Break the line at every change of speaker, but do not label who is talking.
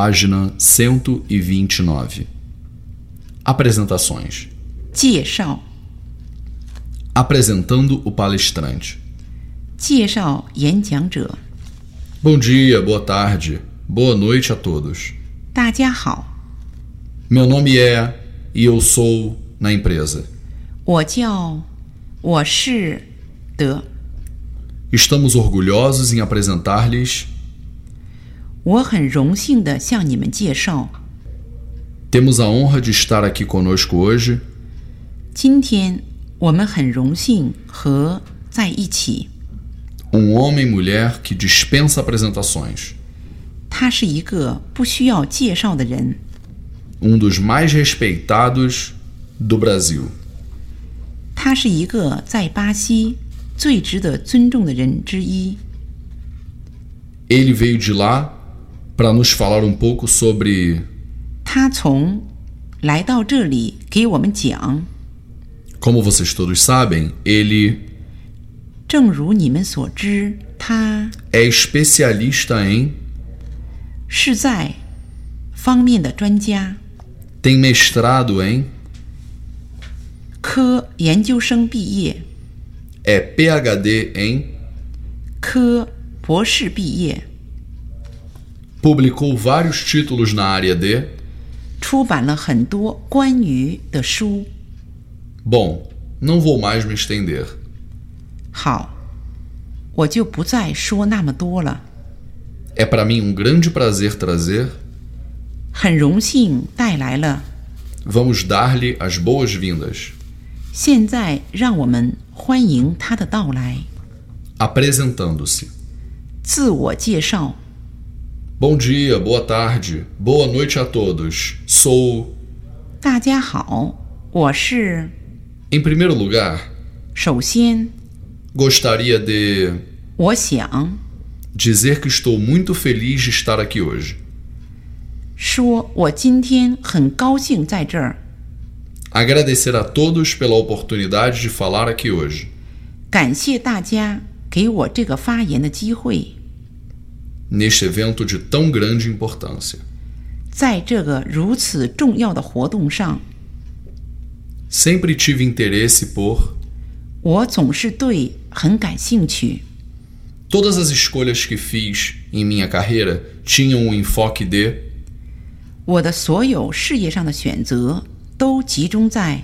página 129. Apresentações.
介绍
Apresentando o palestrante.
介绍演讲者，
Bom dia, boa tarde, boa noite a todos.
大家好，
Meu nome é e eu sou na empresa.
我叫我是的，
Estamos orgulhosos em apresentar-lhes.
我很荣幸地向你们介绍，
Temos a honra de estar aqui conosco hoje.
今天我们很荣幸和在一起。
Um homem e mulher que dispensa apresentações.
他是一个不需要介绍的人，
Um dos mais respeitados do Brasil.
他是一个在巴西最值得尊重的人之一。
Ele veio de lá para nos falar um pouco sobre
他从来到这里给我们讲，
Como vocês todos sabem, ele
正如你们所知，他
é especialista em,
是在方面的专家。
tem mestrado em,
科研究生毕业，
é PhD em,
科博士毕业，
publicou vários títulos na área de.
出版了很多关于的书。
Bom, não vou mais me estender.
好，我就不再说那么多了。
É para mim um grande prazer trazer.
很荣幸带来了，
Vamos dar-lhe as boas-vindas.
现在让我们欢迎他的到来。
Apresentando-se.
自我介绍，
Bom dia, boa tarde, boa noite a todos. Sou.
大家好，我是。
Em primeiro lugar,
首先，
gostaria de
我想
dizer que estou muito feliz de estar aqui hoje.
说，我今天很高兴在这儿，
Agradecer a todos pela oportunidade de falar aqui hoje.
感谢大家给我这个发言的机会。
Neste evento de tão grande importância.
在这个如此重要的活动上，
Sempre tive interesse por
我总是对很感兴趣。
todas as escolhas que fiz em minha carreira tinham um enfoque de
我的所有事业上的选择都集中在